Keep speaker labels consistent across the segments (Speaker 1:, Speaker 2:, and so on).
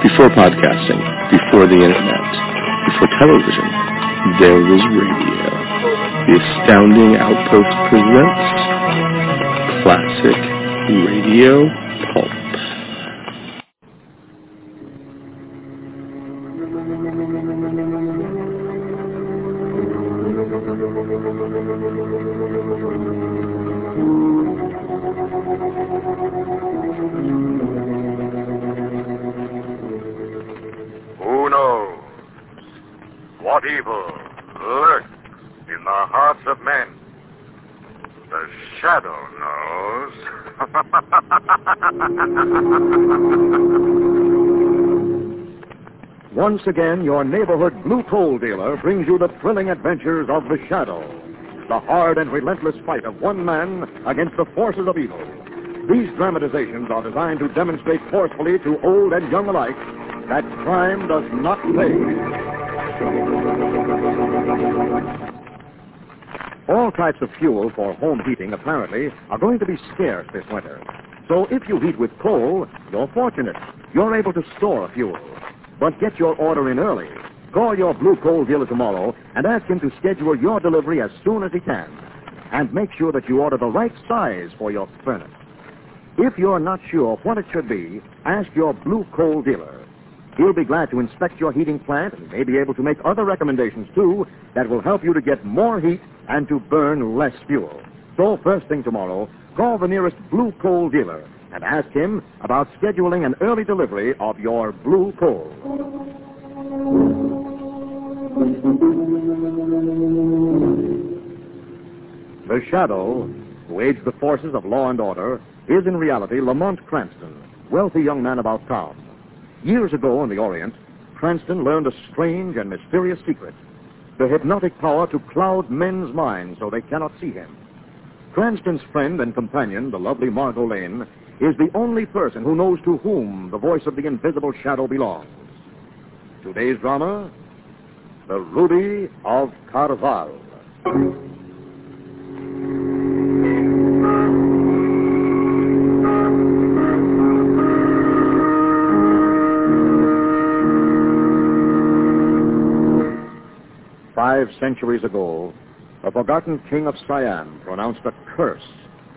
Speaker 1: Before podcasting, before the internet, before television, there was radio. The Astounding Outpost presents Classic Radio Pulp.
Speaker 2: Who knows what evil lurks in the hearts of men? The shadow knows.
Speaker 3: Once again, your neighborhood blue coal dealer brings you the thrilling adventures of the Shadow, the hard and relentless fight of one man against the forces of evil. These dramatizations are designed to demonstrate forcefully to old and young alike that crime does not pay. All types of fuel for home heating, apparently, are going to be scarce this winter. So if you heat with coal, you're fortunate. You're able to store fuel. But get your order in early. Call your blue coal dealer tomorrow and ask him to schedule your delivery as soon as he can. And make sure that you order the right size for your furnace. If you're not sure what it should be, ask your blue coal dealer. He'll be glad to inspect your heating plant and may be able to make other recommendations, too, that will help you to get more heat and to burn less fuel. So, first thing tomorrow, call the nearest blue coal dealer and ask him about scheduling an early delivery of your blue coal. The Shadow, who aids the forces of law and order, is in reality Lamont Cranston, wealthy young man about town. Years ago in the Orient, Cranston learned a strange and mysterious secret the hypnotic power to cloud men's minds so they cannot see him. Cranston's friend and companion, the lovely Margot Lane, is the only person who knows to whom the voice of the invisible shadow belongs. Today's drama The Ruby of Carval. Five centuries ago, a forgotten king of Siam pronounced a curse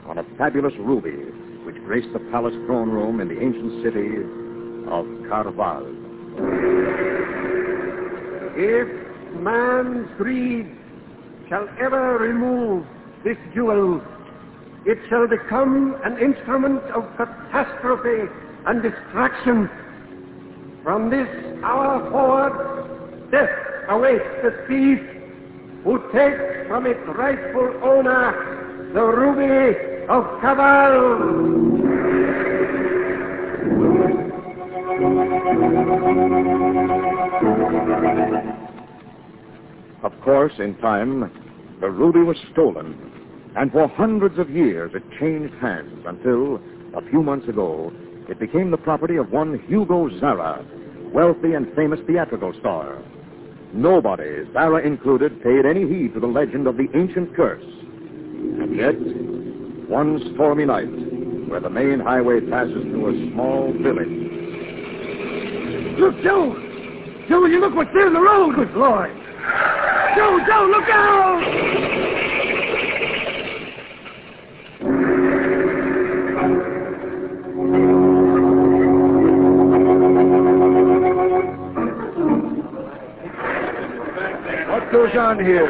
Speaker 3: on a fabulous ruby which graced the palace throne room in the ancient city of Carval.
Speaker 4: If man's greed shall ever remove this jewel, it shall become an instrument of catastrophe and destruction. From this hour forward, death awaits the thief who takes from its rightful owner the ruby of Cabal.
Speaker 3: Of course, in time, the ruby was stolen, and for hundreds of years it changed hands until, a few months ago, it became the property of one Hugo Zara, wealthy and famous theatrical star. Nobody, Zara included, paid any heed to the legend of the ancient curse. And yet, one stormy night, where the main highway passes through a small village,
Speaker 4: Look, Joe! Joe, will you look what's there in the road? Good Lord! Joe, Joe, look out!
Speaker 3: What goes on here?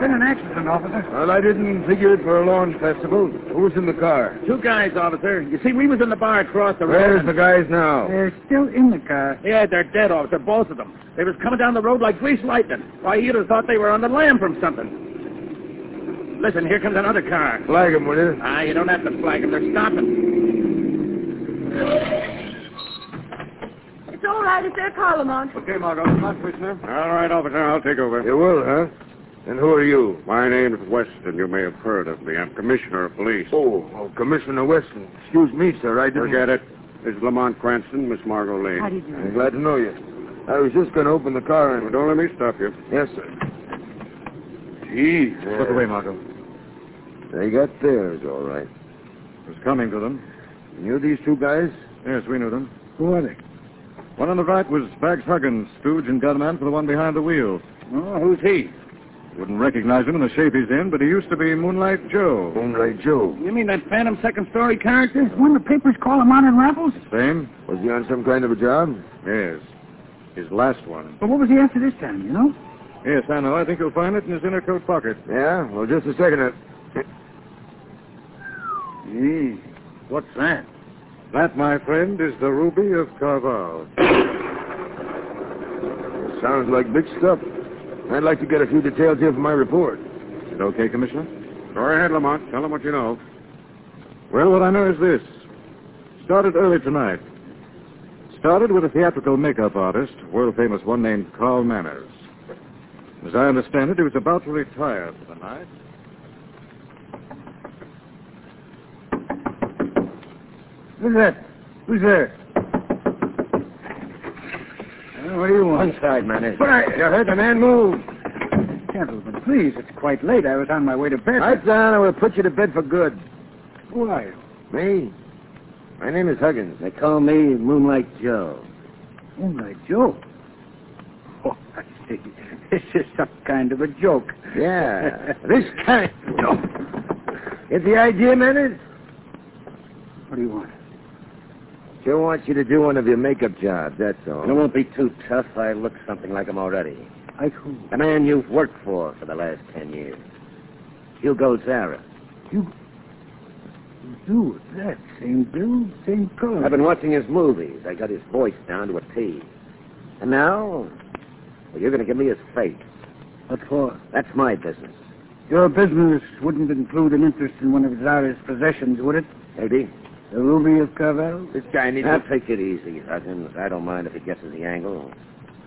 Speaker 4: Been an accident, officer.
Speaker 3: Well, I didn't figure it for a lawn festival. Who was in the car?
Speaker 5: Two guys, officer. You see, we was in the bar across the
Speaker 3: Where's
Speaker 5: road.
Speaker 3: the guys now?
Speaker 4: They're still in the car.
Speaker 5: Yeah, they're dead, officer, both of them. They was coming down the road like greased lightning. Why, you'd have thought they were on the lam from something. Listen, here comes another car.
Speaker 3: Flag 'em, will you?
Speaker 5: Ah, you don't have to flag them. They're stopping.
Speaker 6: It's all right. It's their car, Lamont.
Speaker 3: Okay, Margot. Come on, Commissioner.
Speaker 2: All right, officer, I'll take over.
Speaker 3: You will, huh?
Speaker 2: And who are you? My name's Weston. You may have heard of me. I'm commissioner of police.
Speaker 3: Oh, oh, Commissioner Weston. Excuse me, sir. I didn't...
Speaker 2: Forget it. This is Lamont Cranston, Miss Margot Lane.
Speaker 6: How do you do?
Speaker 3: I'm glad to know you. I was just going to open the car
Speaker 2: Well,
Speaker 3: and...
Speaker 2: don't let me stop you.
Speaker 3: Yes, sir.
Speaker 2: Gee.
Speaker 3: Look away, Margot. They got theirs, all right. It was coming to them. You knew these two guys? Yes, we knew them. Who are they?
Speaker 7: One on the right was Bags Huggins, stooge and gunman for the one behind the wheel.
Speaker 8: Oh, who's he?
Speaker 7: Wouldn't recognize him in the shape he's in, but he used to be Moonlight Joe.
Speaker 4: Moonlight Joe.
Speaker 8: You mean that phantom second story character?
Speaker 9: When the papers call him out in raffles?
Speaker 7: Same?
Speaker 4: Was he on some kind of a job?
Speaker 7: Yes. His last one.
Speaker 9: But what was he after this time, you know?
Speaker 7: Yes, I know. I think you'll find it in his inner coat pocket.
Speaker 4: Yeah? Well, just a second.
Speaker 8: Gee, what's that?
Speaker 7: Hmm. That, my friend, is the ruby of Carval.
Speaker 4: Sounds like big stuff. I'd like to get a few details here for my report.
Speaker 7: Is it okay, Commissioner?
Speaker 4: Go ahead, Lamont. Tell them what you know.
Speaker 7: Well, what I know is this. Started early tonight. Started with a theatrical makeup artist, world famous one named Carl Manners. As I understand it, he was about to retire for the night.
Speaker 9: Who's that? Who's there?
Speaker 8: what do you want?
Speaker 9: side, Manners.
Speaker 8: But I...
Speaker 4: You heard the man move.
Speaker 9: Gentlemen, please, it's quite late. I was on my way to bed.
Speaker 4: Right down, I will put you to bed for good.
Speaker 9: Who are you?
Speaker 4: Me? My name is Huggins.
Speaker 3: They call me Moonlight Joe.
Speaker 9: Moonlight Joe. Oh, I see. This is some kind of a joke.
Speaker 4: Yeah. this kind of joke. Get the idea, Manners?
Speaker 9: What do you want?
Speaker 4: Joe wants you to do one of your makeup jobs, that's all.
Speaker 3: It won't be too tough. I look something like him already.
Speaker 9: Like who?
Speaker 3: The man you've worked for for the last ten years. Hugo Zara.
Speaker 9: You. You, that same dude, same color.
Speaker 3: I've been watching his movies. I got his voice down to a T. And now, well, you're going to give me his fate.
Speaker 9: What for?
Speaker 3: That's my business.
Speaker 9: Your business wouldn't include an interest in one of Zara's possessions, would it?
Speaker 3: Maybe.
Speaker 9: The ruby of Carvel?
Speaker 4: This guy needs
Speaker 3: Now, take it easy, Huggins. I don't mind if he guesses the angle.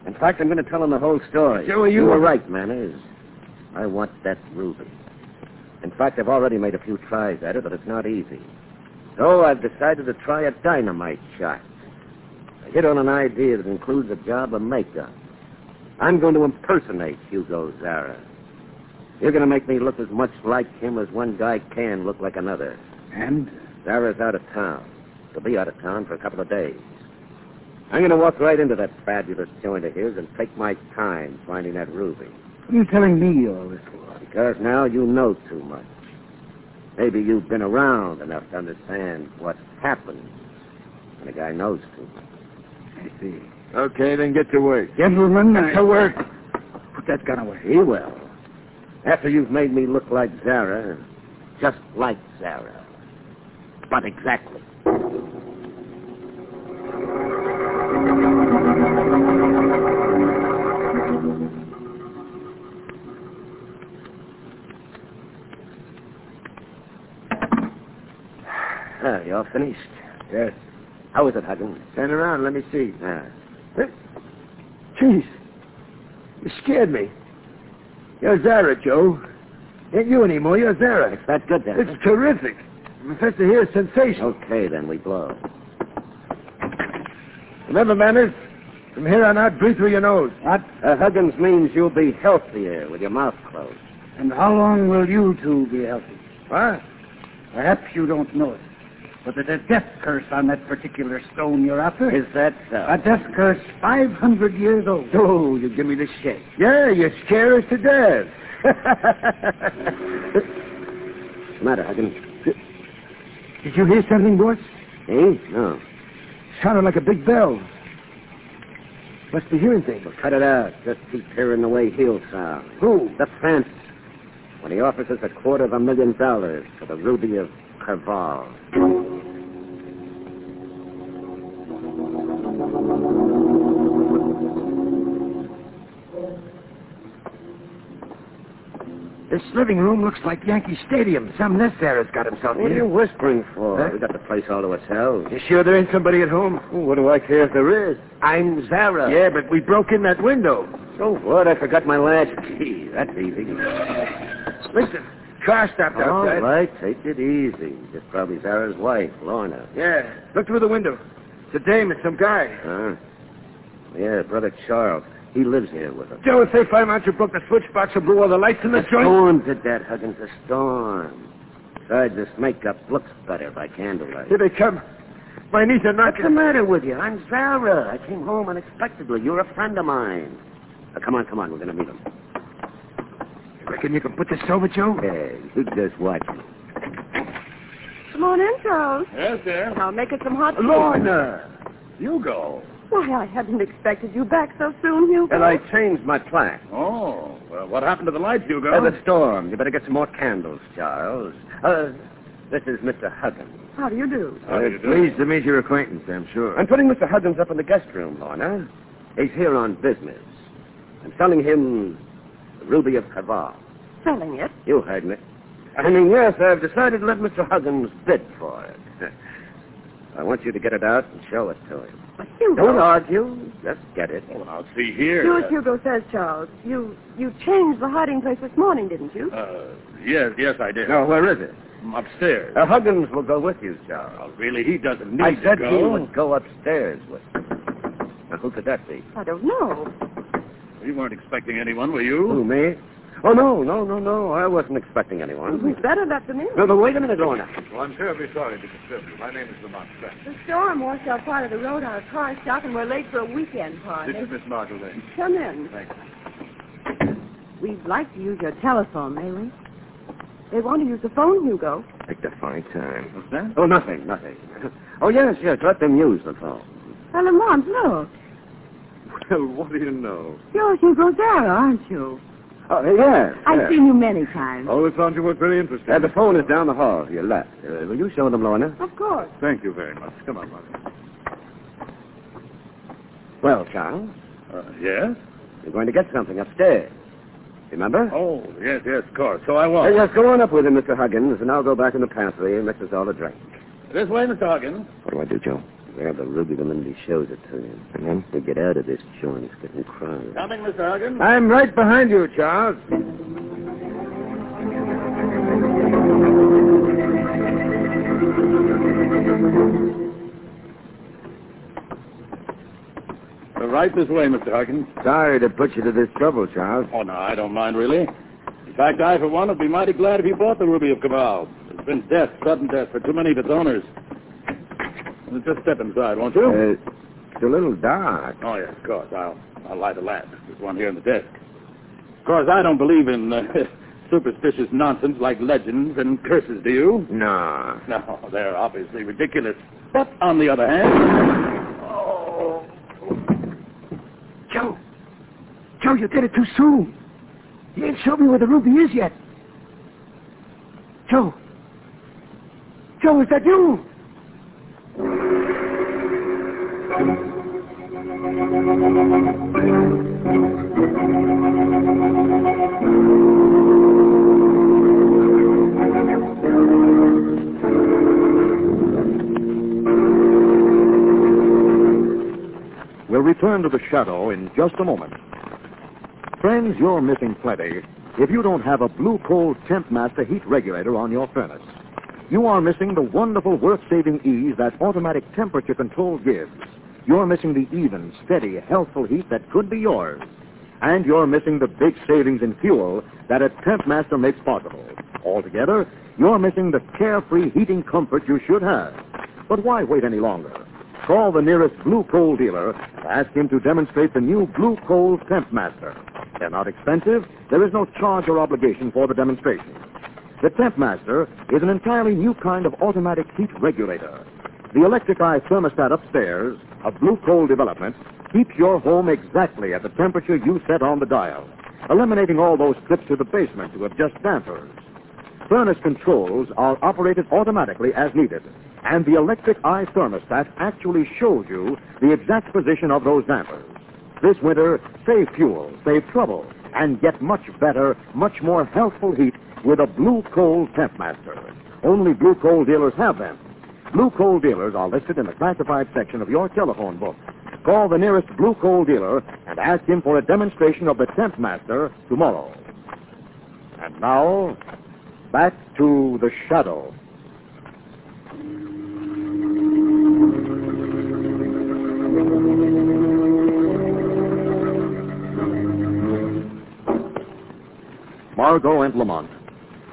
Speaker 3: In fact, I'm going to tell him the whole story.
Speaker 4: Joe, you-
Speaker 3: were right, Manners. I want that ruby. In fact, I've already made a few tries at it, but it's not easy. So I've decided to try a dynamite shot. I hit on an idea that includes a job of makeup. I'm going to impersonate Hugo Zara. You're going to make me look as much like him as one guy can look like another.
Speaker 9: And?
Speaker 3: Sarah's out of town. She'll be out of town for a couple of days. I'm going to walk right into that fabulous joint of his and take my time finding that ruby.
Speaker 9: What are you telling me all this for?
Speaker 3: Because now you know too much. Maybe you've been around enough to understand what happens when a guy knows too much.
Speaker 9: I see.
Speaker 4: Okay, then get to work.
Speaker 9: Gentlemen, I...
Speaker 4: To work.
Speaker 9: Put that gun away.
Speaker 3: He will. After you've made me look like Zara, just like Zara. But exactly. Ah, you all finished?
Speaker 4: Yes.
Speaker 3: How is it, Huggins?
Speaker 4: Turn around, let me see.
Speaker 3: Ah,
Speaker 4: Jeez. You scared me. You're Zara, Joe. Ain't you anymore, you're Zara.
Speaker 3: it's that good then. huh?
Speaker 4: It's terrific. I'm first to hear a sensation.
Speaker 3: Okay, then, we blow.
Speaker 4: Remember, Manners, from here on out, breathe through your nose.
Speaker 9: What?
Speaker 3: Uh, Huggins means you'll be healthier with your mouth closed.
Speaker 9: And how long will you two be healthy?
Speaker 4: What?
Speaker 9: Perhaps you don't know it. But there's a death curse on that particular stone you're after.
Speaker 3: Is that so?
Speaker 9: A death curse 500 years old.
Speaker 3: Oh, uh, you give me the shake.
Speaker 4: Yeah, you scare us to death.
Speaker 3: What's the matter, Huggins?
Speaker 4: Did you hear something, boss?
Speaker 3: Eh? No.
Speaker 4: Sounded like a big bell. Must be hearing things.
Speaker 3: Well, cut it out. Just keep hearing the way he'll sound.
Speaker 4: Who?
Speaker 3: The fence. When he offers us a quarter of a million dollars for the ruby of Carval.
Speaker 4: This living room looks like Yankee Stadium. Some nest there has got himself
Speaker 3: What are you whispering for?
Speaker 4: Huh?
Speaker 3: We got the place all to ourselves.
Speaker 4: You sure there ain't somebody at home?
Speaker 3: Oh, what do I care if there is? I'm Zara.
Speaker 4: Yeah, but we broke in that window.
Speaker 3: So what? I forgot my last key. That's easy.
Speaker 4: Listen, car stopped
Speaker 3: All
Speaker 4: outside.
Speaker 3: right, take it easy. It's probably Zara's wife, Lorna.
Speaker 4: Yeah, look through the window. It's a dame. It's some guy.
Speaker 3: Huh? Yeah, brother Charles. He lives here with us.
Speaker 4: Joe, if they find out you broke the switch box and blew all the lights in the joint.
Speaker 3: storm did that, Huggins. The storm. Besides, this makeup looks better by candlelight.
Speaker 4: Here they come.
Speaker 2: My niece and
Speaker 10: What's the matter with you? I'm Zara. I came home unexpectedly. You're a friend of mine. Now, come on, come on. We're going to meet him.
Speaker 2: Reckon you can put this over, Joe?
Speaker 10: Hey, you just watch me.
Speaker 6: Come on in, Charles.
Speaker 5: Yes, dear.
Speaker 6: I'll make it some hot
Speaker 5: Lorna! Hugo.
Speaker 6: Why, I hadn't expected you back so soon, Hugo.
Speaker 10: And I changed my plan.
Speaker 5: Oh, well, what happened to the lights, Hugo?
Speaker 10: By the storm. You better get some more candles, Charles. Uh, this is Mr. Huggins.
Speaker 6: How do you do?
Speaker 5: How do you do?
Speaker 10: pleased to meet your acquaintance, I'm sure. I'm putting Mr. Huggins up in the guest room, Lorna. He's here on business. I'm selling him the Ruby of Cavall.
Speaker 6: Selling it.
Speaker 10: You heard me. I mean, yes, I've decided to let Mr. Huggins bid for it. I want you to get it out and show it to him.
Speaker 6: But Hugo.
Speaker 10: Don't argue. Just get it.
Speaker 5: Oh, now, see here.
Speaker 6: Do as Hugo says, Charles. You you changed the hiding place this morning, didn't you?
Speaker 5: Uh, yes, yes, I did.
Speaker 10: Now, where is it?
Speaker 5: I'm upstairs.
Speaker 10: Uh, Huggins will go with you, Charles.
Speaker 5: Oh, really, he doesn't need
Speaker 10: I said
Speaker 5: to
Speaker 10: he
Speaker 5: go.
Speaker 10: would go upstairs with you. Now, who could that be?
Speaker 6: I don't know.
Speaker 5: You weren't expecting anyone, were you?
Speaker 10: Who, me? Oh, no, no, no, no. I wasn't expecting anyone.
Speaker 6: We'd better let them in.
Speaker 10: No, but wait a minute, Lorna.
Speaker 11: Well, I'm terribly sorry to disturb you. My name is Lamont Frank.
Speaker 6: The storm washed out part of the road, our car stopped, and we're late for a weekend party.
Speaker 11: This is Miss Marjolaine.
Speaker 6: Come in.
Speaker 11: Thank
Speaker 6: We'd like to use your telephone, may we? They want to use the phone, Hugo.
Speaker 10: Take the fine time.
Speaker 11: What's that?
Speaker 10: Oh, nothing, nothing. Oh, yes, yes. Let them use the phone.
Speaker 6: Well, Lamont, look.
Speaker 11: Well, what do you know?
Speaker 6: You're Hugo Zara, aren't you?
Speaker 10: Oh, yes.
Speaker 6: I've
Speaker 10: yes.
Speaker 6: seen you many times.
Speaker 11: Always found you work very interesting.
Speaker 10: Uh, the phone is down the hall to your left. Uh, will you show them, Lorna?
Speaker 12: Oh.
Speaker 6: Of course.
Speaker 11: Thank you very much. Come on, Marjorie.
Speaker 10: Well, Charles,
Speaker 5: Uh, yes?
Speaker 10: you're going to get something upstairs. Remember?
Speaker 5: Oh, yes, yes, of course. So I
Speaker 10: Uh,
Speaker 5: was.
Speaker 10: yes, go on up with him, Mr. Huggins, and I'll go back in the pantry and mix us all a drink.
Speaker 5: This way, Mr. Huggins.
Speaker 10: What do I do, Joe? Grab the ruby the minute he shows it to you. And then? We get out of this joint. It's getting crowded.
Speaker 5: Coming, Mr. Huggins.
Speaker 10: I'm right behind you, Charles.
Speaker 5: Uh, right this way, Mr. Huggins.
Speaker 10: Sorry to put you to this trouble, Charles.
Speaker 5: Oh, no, I don't mind, really. In fact, I, for one, would be mighty glad if you bought the Ruby of Cabal. There's been death, sudden death, for too many of its owners. Well, Just step inside, won't you?
Speaker 10: Uh, it's a little dark.
Speaker 5: Oh, yes, of course. I'll, I'll light a lamp. There's one here in the desk. Of course, I don't believe in uh, superstitious nonsense like legends and curses, do you?
Speaker 10: No.
Speaker 5: No, they're obviously ridiculous. But on the other hand... Oh,
Speaker 2: Joe. Joe, you did it too soon. You ain't showed me where the ruby is yet. Joe. Joe, is that you?
Speaker 3: We'll return to the shadow in just a moment. Friends, you're missing plenty if you don't have a Blue Coal Temp Master heat regulator on your furnace. You are missing the wonderful work-saving ease that automatic temperature control gives. You're missing the even, steady, healthful heat that could be yours. And you're missing the big savings in fuel that a Temp Master makes possible. Altogether, you're missing the carefree heating comfort you should have. But why wait any longer? Call the nearest Blue Coal dealer and ask him to demonstrate the new Blue Coal Temp Master. They're not expensive. There is no charge or obligation for the demonstration. The Temp Master is an entirely new kind of automatic heat regulator. The electric eye thermostat upstairs, a Blue Coal development, keeps your home exactly at the temperature you set on the dial, eliminating all those trips to the basement to adjust dampers. Furnace controls are operated automatically as needed, and the electric eye thermostat actually shows you the exact position of those dampers. This winter, save fuel, save trouble, and get much better, much more healthful heat with a Blue Coal Temp Master. Only Blue Coal dealers have them. Blue Coal dealers are listed in the classified section of your telephone book. Call the nearest Blue Coal dealer and ask him for a demonstration of the Temp Master tomorrow. And now, back to the shadow. Margot and Lamont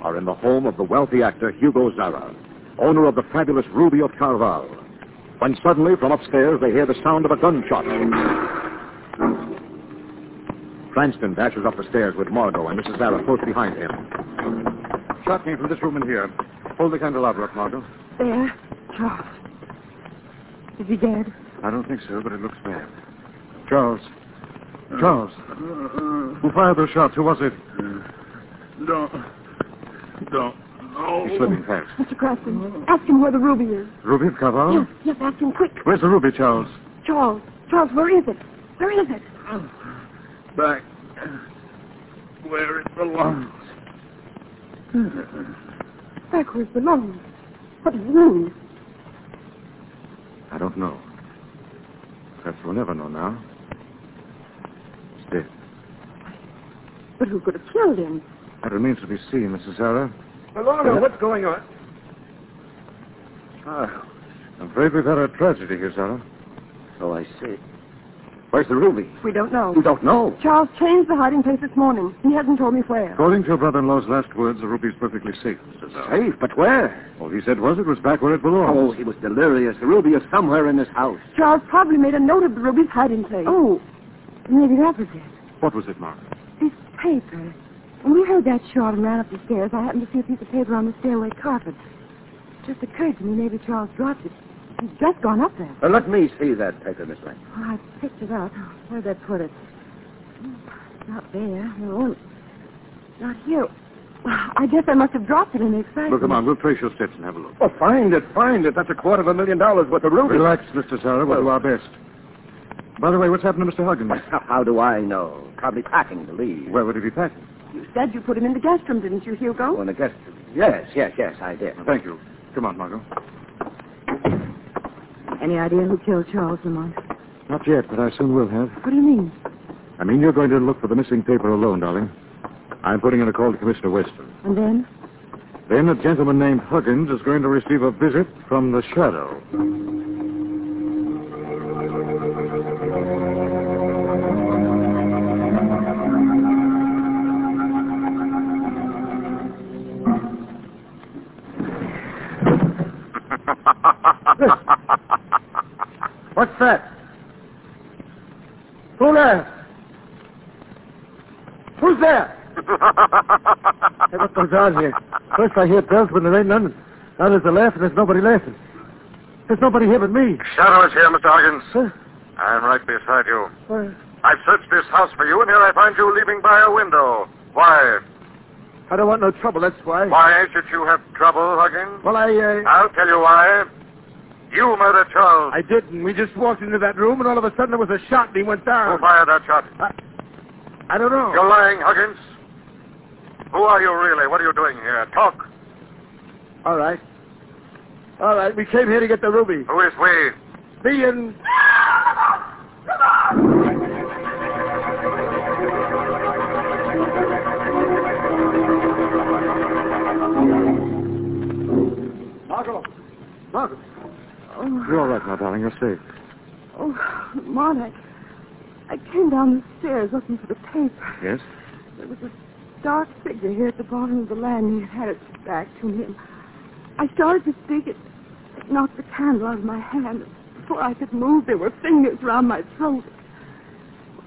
Speaker 3: are in the home of the wealthy actor Hugo Zara, owner of the fabulous Ruby of Carval.
Speaker 13: when suddenly from upstairs they hear the sound of a gunshot. Cranston dashes up the stairs with Margot and Mrs. Zara close behind him.
Speaker 3: Shot came from this room in here. Hold the candelabra up, Margot.
Speaker 6: There. Charles. Is he dead?
Speaker 3: I don't think so, but it looks bad. Charles. Charles. Who fired those shots? Who was it?
Speaker 12: Don't. Don't. No.
Speaker 3: He's slipping fast.
Speaker 6: Mr. Cranston, ask him where the ruby is.
Speaker 3: Ruby of
Speaker 12: Oh.
Speaker 3: Cavall?
Speaker 6: Yes, yes, ask him quick.
Speaker 3: Where's the ruby, Charles?
Speaker 6: Charles, Charles, where is it? Where is it?
Speaker 12: Back. Where it belongs.
Speaker 6: Back where it belongs. What does it mean?
Speaker 3: I don't know. Perhaps we'll never know now. It's dead.
Speaker 6: But who could have killed him?
Speaker 3: That remains to be seen, Mrs. Zara.
Speaker 9: Alona, what's going on?
Speaker 3: Ah, I'm afraid we've had a tragedy here, Zara.
Speaker 4: Oh, I see.
Speaker 13: Where's the ruby?
Speaker 6: We don't know.
Speaker 13: We don't know.
Speaker 6: Charles changed the hiding place this morning. He hasn't told me where.
Speaker 3: According to your brother-in-law's last words, the ruby's perfectly safe, Mrs. Zara.
Speaker 13: Safe, but where?
Speaker 3: All he said was it was back where it
Speaker 13: Oh,
Speaker 3: belongs.
Speaker 13: he was delirious. The ruby is somewhere in this house.
Speaker 6: Charles probably made a note of the Ruby's hiding place. Oh, maybe that was it.
Speaker 3: What was it, Mark?
Speaker 6: This paper. When we heard that shot and ran up the stairs, I happened to see a piece of paper on the stairway carpet. Just occurred to me maybe Charles dropped it. He's just gone up there.
Speaker 4: Uh, let me see that paper, Miss Lane.
Speaker 6: Well, I picked it up. Where'd I put it? Not there. No. Not here. I guess I must have dropped it in the excitement.
Speaker 3: Well, come on, we'll trace your steps and have a look.
Speaker 13: Oh, find it, find it. That's a quarter of a million dollars worth of ruby.
Speaker 3: Relax, Mr. Zara. We'll do our best. By the way, what's happened to Mr. Huggins?
Speaker 4: How do I know? Probably packing to leave.
Speaker 3: Where would he be packing?
Speaker 6: You said you put him in the guest room, didn't you, Hugo?
Speaker 4: Oh, in the guest room. Yes, yes, yes, I did.
Speaker 3: Thank you. Come on, Margot.
Speaker 6: Any idea who killed Charles Lamont?
Speaker 3: Not yet, but I soon will have.
Speaker 6: What do you mean?
Speaker 3: I mean, you're going to look for the missing paper alone, darling. I'm putting in a call to Commissioner Weston.
Speaker 6: And then?
Speaker 3: Then a gentleman named Huggins is going to receive a visit from the shadow.
Speaker 13: What's that? Who there?
Speaker 9: Who's there?
Speaker 13: Hey, what goes on here?
Speaker 9: First I hear bells when there ain't none. Now there's a laugh and there's nobody laughing. There's nobody here but me.
Speaker 14: Shadow is here, Mr. Huggins.
Speaker 9: Huh?
Speaker 14: I'm right beside you.
Speaker 9: Why,
Speaker 14: I've searched this house for you, and here I find you leaving by a window. Why?
Speaker 9: I don't want no trouble, that's why.
Speaker 14: Why should you have trouble, Huggins?
Speaker 9: Well, I, uh,
Speaker 14: I'll tell you why. You murdered Charles.
Speaker 9: I didn't. We just walked into that room, and all of a sudden there was a shot, and he went
Speaker 14: Who
Speaker 9: down.
Speaker 14: fired that shot?
Speaker 9: I don't know.
Speaker 14: You're lying, Huggins. Who are you really? What are you doing here? Talk.
Speaker 9: All right. All right, we came here to get the ruby.
Speaker 14: Who is we?
Speaker 9: Me and...
Speaker 12: Marco.
Speaker 9: Margaret.
Speaker 6: Oh,
Speaker 3: You're all right now, darling. You're safe.
Speaker 6: oh, Lamont, I, I came down the stairs looking for the paper.
Speaker 3: Yes?
Speaker 6: There was a dark figure here at the bottom of the landing. It had its back to me. and I started to speak. It, it knocked the candle out of my hand. Before I could move, there were fingers round my throat.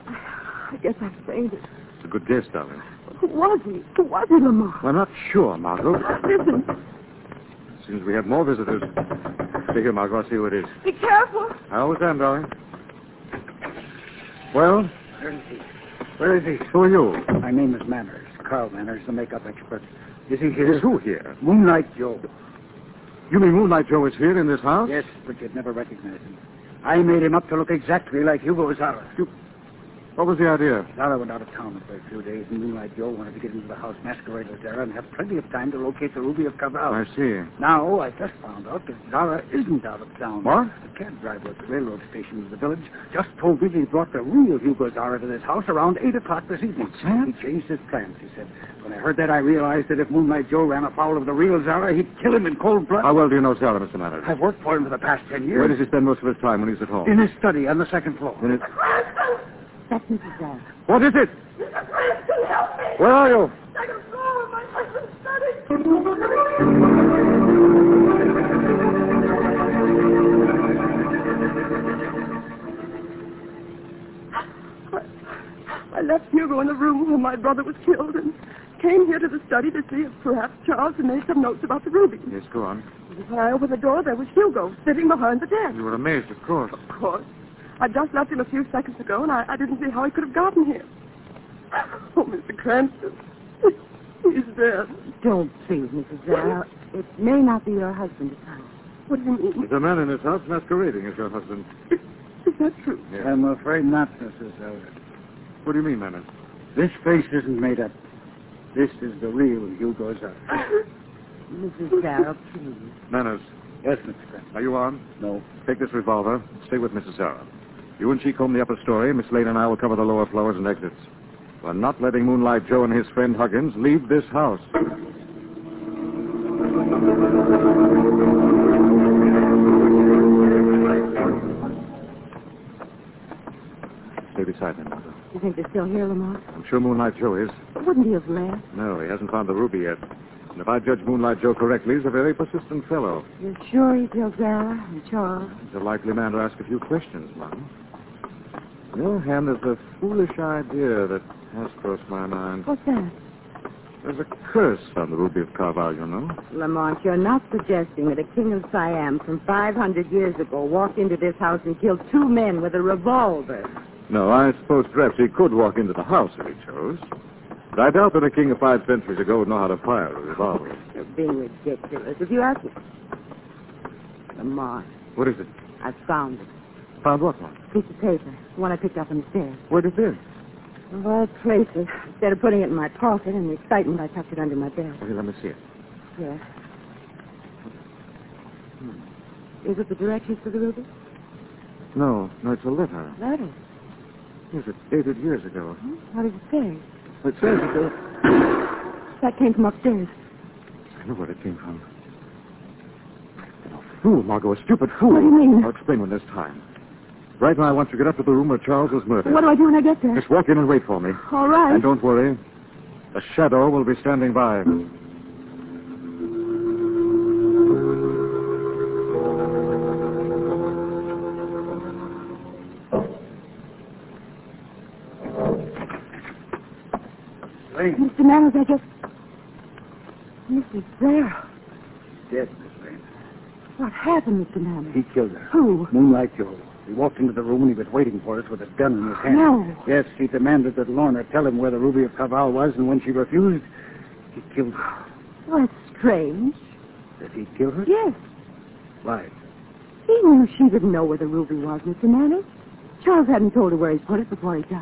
Speaker 6: I guess I fainted.
Speaker 3: It's a good guess, darling.
Speaker 6: Who was he? Who was he, Lamont?
Speaker 3: Well, I'm not sure, Margot.
Speaker 6: Listen,
Speaker 3: Seems we have more visitors. Stay here, Margot. I'll see who it is.
Speaker 6: be careful.
Speaker 3: I always am, darling. Well,
Speaker 9: Where is he?
Speaker 3: who are you?
Speaker 9: My name is Manners. Carl Manners, the makeup expert. Is he here?
Speaker 3: Is who here?
Speaker 9: Moonlight Joe.
Speaker 3: You mean Moonlight Joe is here in this house?
Speaker 9: Yes, but you'd never recognize him. I made him up to look exactly like Hugo Zara.
Speaker 3: What was the idea?
Speaker 9: Zara went out of town for a few days, and Moonlight Joe wanted to get into the house masquerade as Zara and have plenty of time to locate the ruby of Cabral.
Speaker 3: I see.
Speaker 9: Now, I just found out that Zara isn't out of town.
Speaker 3: What?
Speaker 9: The cab driver at the railroad station of the village just told me that he brought the real Hugo Zara to this house around 8 o'clock this evening.
Speaker 3: that?
Speaker 9: He changed his plans, he said. When I heard that, I realized that if Moonlight Joe ran afoul of the real Zara, he'd kill him in cold blood.
Speaker 3: How well do you know Sarah, Mr. Manners?
Speaker 9: I've worked for him for the past 10 years.
Speaker 3: Where does he spend most of his time when he's at home?
Speaker 9: In his study on the second floor.
Speaker 3: In his-
Speaker 6: That's Mrs. Zara.
Speaker 3: What is it? Where are you?
Speaker 15: left Hugo in the room where my brother was killed and came here to the study to see if perhaps Charles had made some notes about the ruby.
Speaker 3: Yes, go on.
Speaker 15: When I opened the door, there was Hugo sitting behind the desk.
Speaker 3: You were amazed, of course.
Speaker 15: Of course. I just left him a few seconds ago, and I, I didn't see how he could have gotten here. Oh, Mr. Cranston. He's dead.
Speaker 6: Don't please, Mrs. Dale. It may not be your husband this time.
Speaker 15: What do you mean?
Speaker 3: There's a man in this house masquerading as your husband.
Speaker 15: Is that true?
Speaker 3: Yes.
Speaker 9: I'm afraid not, Mrs. Elliot.
Speaker 3: What do you mean, Leonard?
Speaker 9: This face isn't made up. This is the real Hugo's eye.
Speaker 6: Mrs. Darrow, please.
Speaker 3: Manners,
Speaker 9: yes, Mr. Cranston.
Speaker 3: are you on?
Speaker 9: No.
Speaker 3: Take this revolver. Stay with Mrs. Sarah. You and she comb the upper story. Miss Lane and I will cover the lower floors and exits. We're not letting Moonlight Joe and his friend Huggins leave this house. Stay beside me, Martha.
Speaker 6: You think they're still here, Lamont?
Speaker 3: I'm sure Moonlight Joe is.
Speaker 6: Wouldn't he have left?
Speaker 3: No, he hasn't found the ruby yet. And if I judge Moonlight Joe correctly, he's a very persistent fellow.
Speaker 6: You're sure he killed Zara and Charles?
Speaker 3: He's a likely man to ask a few questions, Mom. On the other hand, there's a foolish idea that has crossed my mind.
Speaker 6: What's that?
Speaker 3: There's a curse on the Ruby of Carval, you know.
Speaker 6: Lamont, you're not suggesting that a king of Siam from 500 years ago walked into this house and killed two men with a revolver.
Speaker 3: No, I suppose perhaps he could walk into the house if he chose. But I doubt that a king of five centuries ago would know how to fire a revolver.
Speaker 6: You're being ridiculous. If you ask me. Lamont,
Speaker 3: What is it?
Speaker 6: I found it.
Speaker 3: Found what, Mom?
Speaker 6: Piece of paper. One I picked up on the stairs.
Speaker 3: Where did it live?
Speaker 6: Of all places. Instead of putting it in my pocket in the excitement, I tucked it under my bed.
Speaker 3: Okay, let me see it.
Speaker 6: Yes. Is it the directions to the ruby?
Speaker 3: No, no, it's a letter.
Speaker 6: Letter.
Speaker 3: Yes, it's dated years ago.
Speaker 6: What does it say?
Speaker 3: It says it does.
Speaker 6: That came from upstairs.
Speaker 3: I know where it came from. I've been a fool, Margot, a stupid fool.
Speaker 6: What do you mean?
Speaker 3: I'll explain when there's time. Right now, I want you to get up to the room where Charles was murdered.
Speaker 6: What do I do when I get there?
Speaker 3: Just walk in and wait for me.
Speaker 6: All right.
Speaker 3: And don't worry. A shadow will be standing by.
Speaker 9: Lane.
Speaker 6: Mr. Manners, I just... Mrs. Darrow.
Speaker 9: Dead, Miss Lane.
Speaker 6: What happened, Mr. Manners?
Speaker 9: He killed her.
Speaker 6: Who?
Speaker 9: Moonlight Joe. He walked into the room and he was waiting for us with a gun in his hand.
Speaker 6: No.
Speaker 9: Yes, he demanded that Lorna tell him where the Ruby of Caval was, and when she refused, he killed her.
Speaker 6: Well, it's strange.
Speaker 9: Did he kill her?
Speaker 6: Yes.
Speaker 9: Why?
Speaker 6: He knew she didn't know where the ruby was, Mr. Manners. Charles hadn't told her where he put it before he died.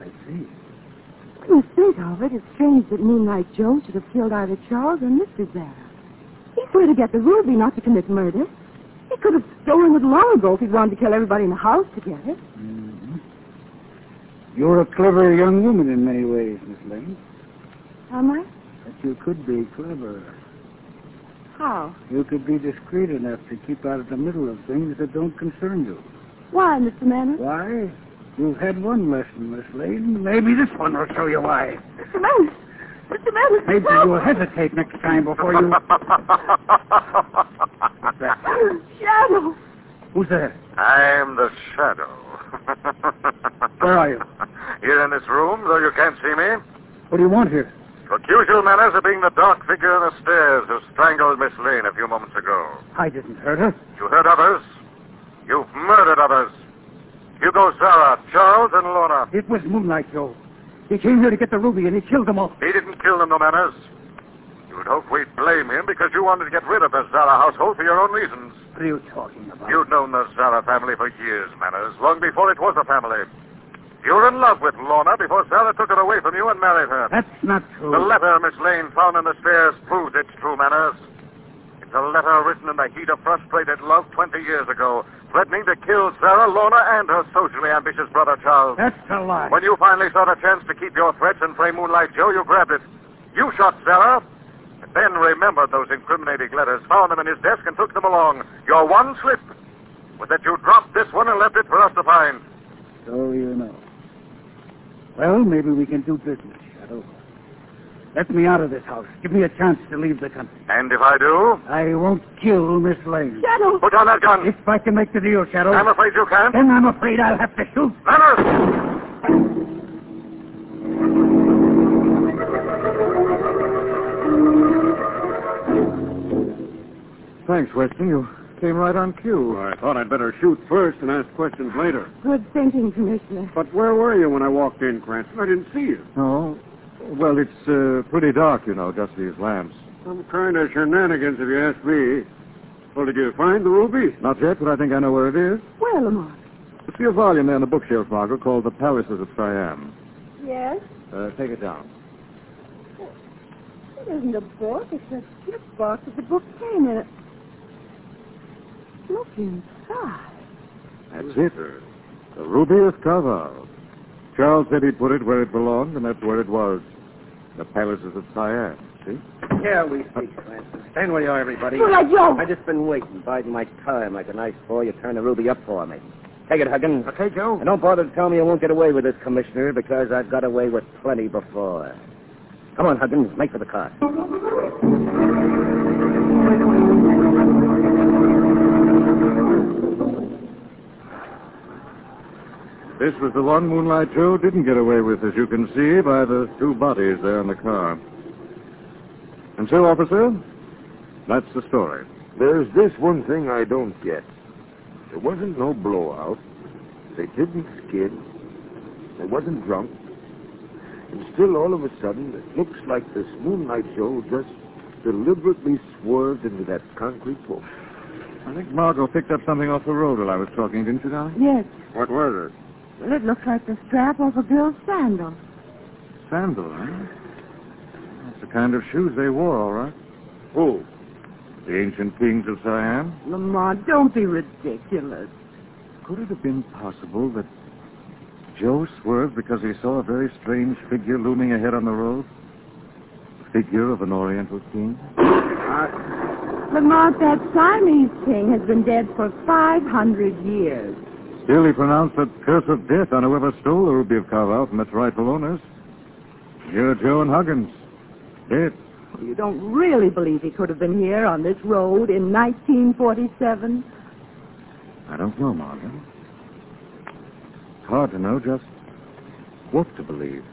Speaker 9: I see.
Speaker 6: When you think of it, it's strange that Moonlight Joe should have killed either Charles or Mr. Zara. He swear to get the ruby, not to commit murder. He could have stolen it long ago if he'd wanted to kill everybody in the house to get it.
Speaker 9: hmm You're a clever young woman in many ways, Miss Lane.
Speaker 6: Am I?
Speaker 9: But you could be clever.
Speaker 6: How?
Speaker 9: You could be discreet enough to keep out of the middle of things that don't concern you.
Speaker 6: Why, Mr. Manners?
Speaker 9: Why? You've had one lesson, Miss Lane. Maybe this one will show you why.
Speaker 6: Mr. Manners! Mr. Manners!
Speaker 9: Maybe
Speaker 6: help!
Speaker 9: you'll hesitate next time before you. What's that?
Speaker 6: Shadow!
Speaker 9: Who's there?
Speaker 14: I'm the shadow.
Speaker 9: Where are you?
Speaker 14: Here in this room, though you can't see me.
Speaker 9: What do you want here?
Speaker 14: Accuse your manners of being the dark figure on the stairs who strangled Miss Lane a few moments ago.
Speaker 9: I didn't hurt her.
Speaker 14: You hurt others. You've murdered others. Hugo Zara, Charles, and Lorna.
Speaker 9: It was Moonlight Joe. He came here to get the ruby and he killed them all.
Speaker 14: He didn't kill them, no manners. You would hope we'd blame him because you wanted to get rid of the Zara household for your own reasons.
Speaker 9: What are you talking about?
Speaker 14: You've known the Zara family for years, Manners, long before it was a family. You were in love with Lorna before Zara took her away from you and married her.
Speaker 9: That's not true.
Speaker 14: The letter Miss Lane found in the stairs proves it's true, Manners. It's a letter written in the heat of frustrated love 20 years ago, threatening to kill Sarah, Lorna, and her socially ambitious brother Charles.
Speaker 9: That's a lie.
Speaker 14: When you finally saw the chance to keep your threats and free Moonlight Joe, you grabbed it. You shot Sarah, and then remembered those incriminating letters, found them in his desk, and took them along. Your one slip was that you dropped this one and left it for us to find.
Speaker 9: So you know. Well, maybe we can do business, Shadow. Let me out of this house. Give me a chance to leave the country.
Speaker 14: And if I do,
Speaker 9: I won't kill Miss Lane.
Speaker 6: Shadow!
Speaker 14: put down that gun.
Speaker 9: If I can make the deal, Shadow,
Speaker 14: I'm afraid you can't.
Speaker 9: then I'm afraid I'll have to shoot.
Speaker 14: Manners!
Speaker 3: Thanks, Weston. You came right on cue.
Speaker 4: I thought I'd better shoot first and ask questions later.
Speaker 6: Good thinking, Commissioner.
Speaker 4: But where were you when I walked in, Cranston? I didn't see you.
Speaker 3: No. Well, it's uh, pretty dark, you know, just these lamps.
Speaker 4: Some kind of shenanigans, if you ask me. Well, did you find the ruby?
Speaker 3: Not yet, but I think I know where it is.
Speaker 6: Well, Lamont.
Speaker 3: See a volume there on the bookshelf, Margot, called The Palaces of Siam.
Speaker 6: Yes?
Speaker 3: Uh, take it down.
Speaker 6: It isn't a book. It's a gift box with a bouquet in it. Look inside.
Speaker 3: That's it. The ruby of Carval. Charles said he'd put it where it belonged, and that's where it was. The Palaces of Siam. See?
Speaker 16: Yeah, we see, Francis. Stand where you are, everybody.
Speaker 6: Well, I don't.
Speaker 16: i just been waiting, biding my time like a nice boy. You turn the ruby up for me. Take it, Huggins.
Speaker 17: Okay, Joe.
Speaker 16: And don't bother to tell me you won't get away with this, Commissioner, because I've got away with plenty before. Come on, Huggins, make for the car.
Speaker 3: This was the one Moonlight Joe didn't get away with, as you can see by the two bodies there in the car. And so, officer, that's the story.
Speaker 18: There's this one thing I don't get. There wasn't no blowout. They didn't skid. They wasn't drunk. And still, all of a sudden, it looks like this Moonlight Joe just deliberately swerved into that concrete pool.
Speaker 3: I think Margot picked up something off the road while I was talking, didn't you, darling?
Speaker 6: Yes.
Speaker 3: What was it?
Speaker 6: Well, it looks like the strap off a girl's sandal.
Speaker 3: Sandal, huh? That's the kind of shoes they wore, all right.
Speaker 4: Who?
Speaker 3: The ancient kings of Siam.
Speaker 6: Lamont, don't be ridiculous.
Speaker 3: Could it have been possible that Joe swerved because he saw a very strange figure looming ahead on the road? Figure of an Oriental king?
Speaker 6: Lamont, that Siamese king has been dead for 500 years.
Speaker 3: Still, he pronounced the curse of death on whoever stole the ruby of Carval from its rightful owners. You're Joe and Huggins. Dead.
Speaker 6: You don't really believe he could have been here on this road in 1947?
Speaker 3: I don't know, Margaret. It's hard to know just what to believe.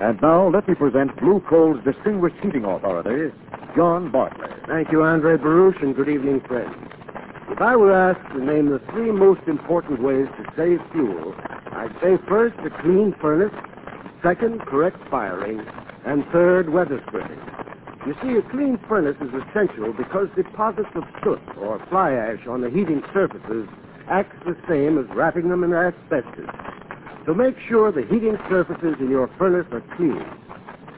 Speaker 17: And now let me present Blue Coal's distinguished heating authority, John Bartley.
Speaker 9: Thank you, Andre Baruch, and good evening, friends. If I were asked to name the three most important ways to save fuel, I'd say first a clean furnace, second, correct firing, and third, weather spreading. You see, a clean furnace is essential because deposits of soot or fly ash on the heating surfaces acts the same as wrapping them in asbestos. So make sure the heating surfaces in your furnace are clean.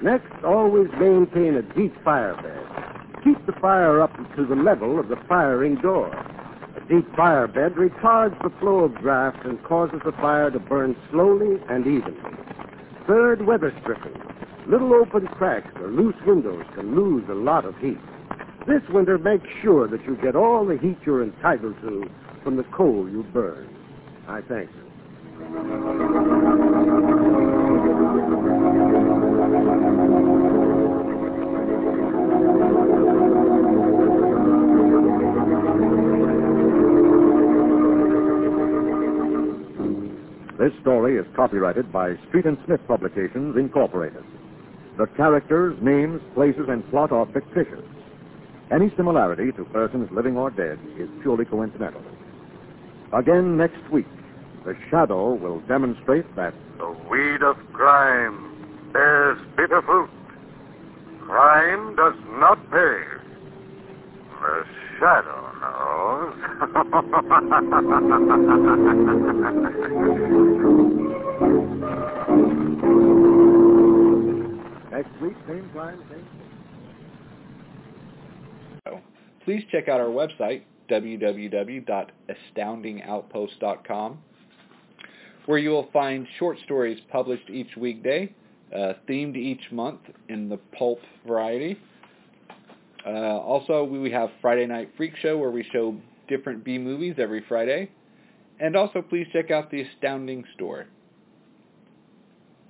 Speaker 9: Next, always maintain a deep fire bed. Keep the fire up to the level of the firing door. A deep fire bed retards the flow of draft and causes the fire to burn slowly and evenly. Third, weather stripping. Little open cracks or loose windows can lose a lot of heat. This winter, make sure that you get all the heat you're entitled to from the coal you burn. I thank you.
Speaker 17: This story is copyrighted by Street and Smith Publications, Incorporated. The characters, names, places, and plot are fictitious. Any similarity to persons living or dead is purely coincidental. Again next week, the shadow will demonstrate that
Speaker 14: The weed of crime bears bitter fruit. Crime does not pay. The shadow knows.
Speaker 17: next week, same time, same.
Speaker 5: Please check out our website, www.astoundingoutpost.com, where you will find short stories published each weekday, uh, themed each month in the pulp variety. Uh, also, we we have Friday Night Freak Show, where we show different B movies every Friday. And also, please check out the Astounding Store.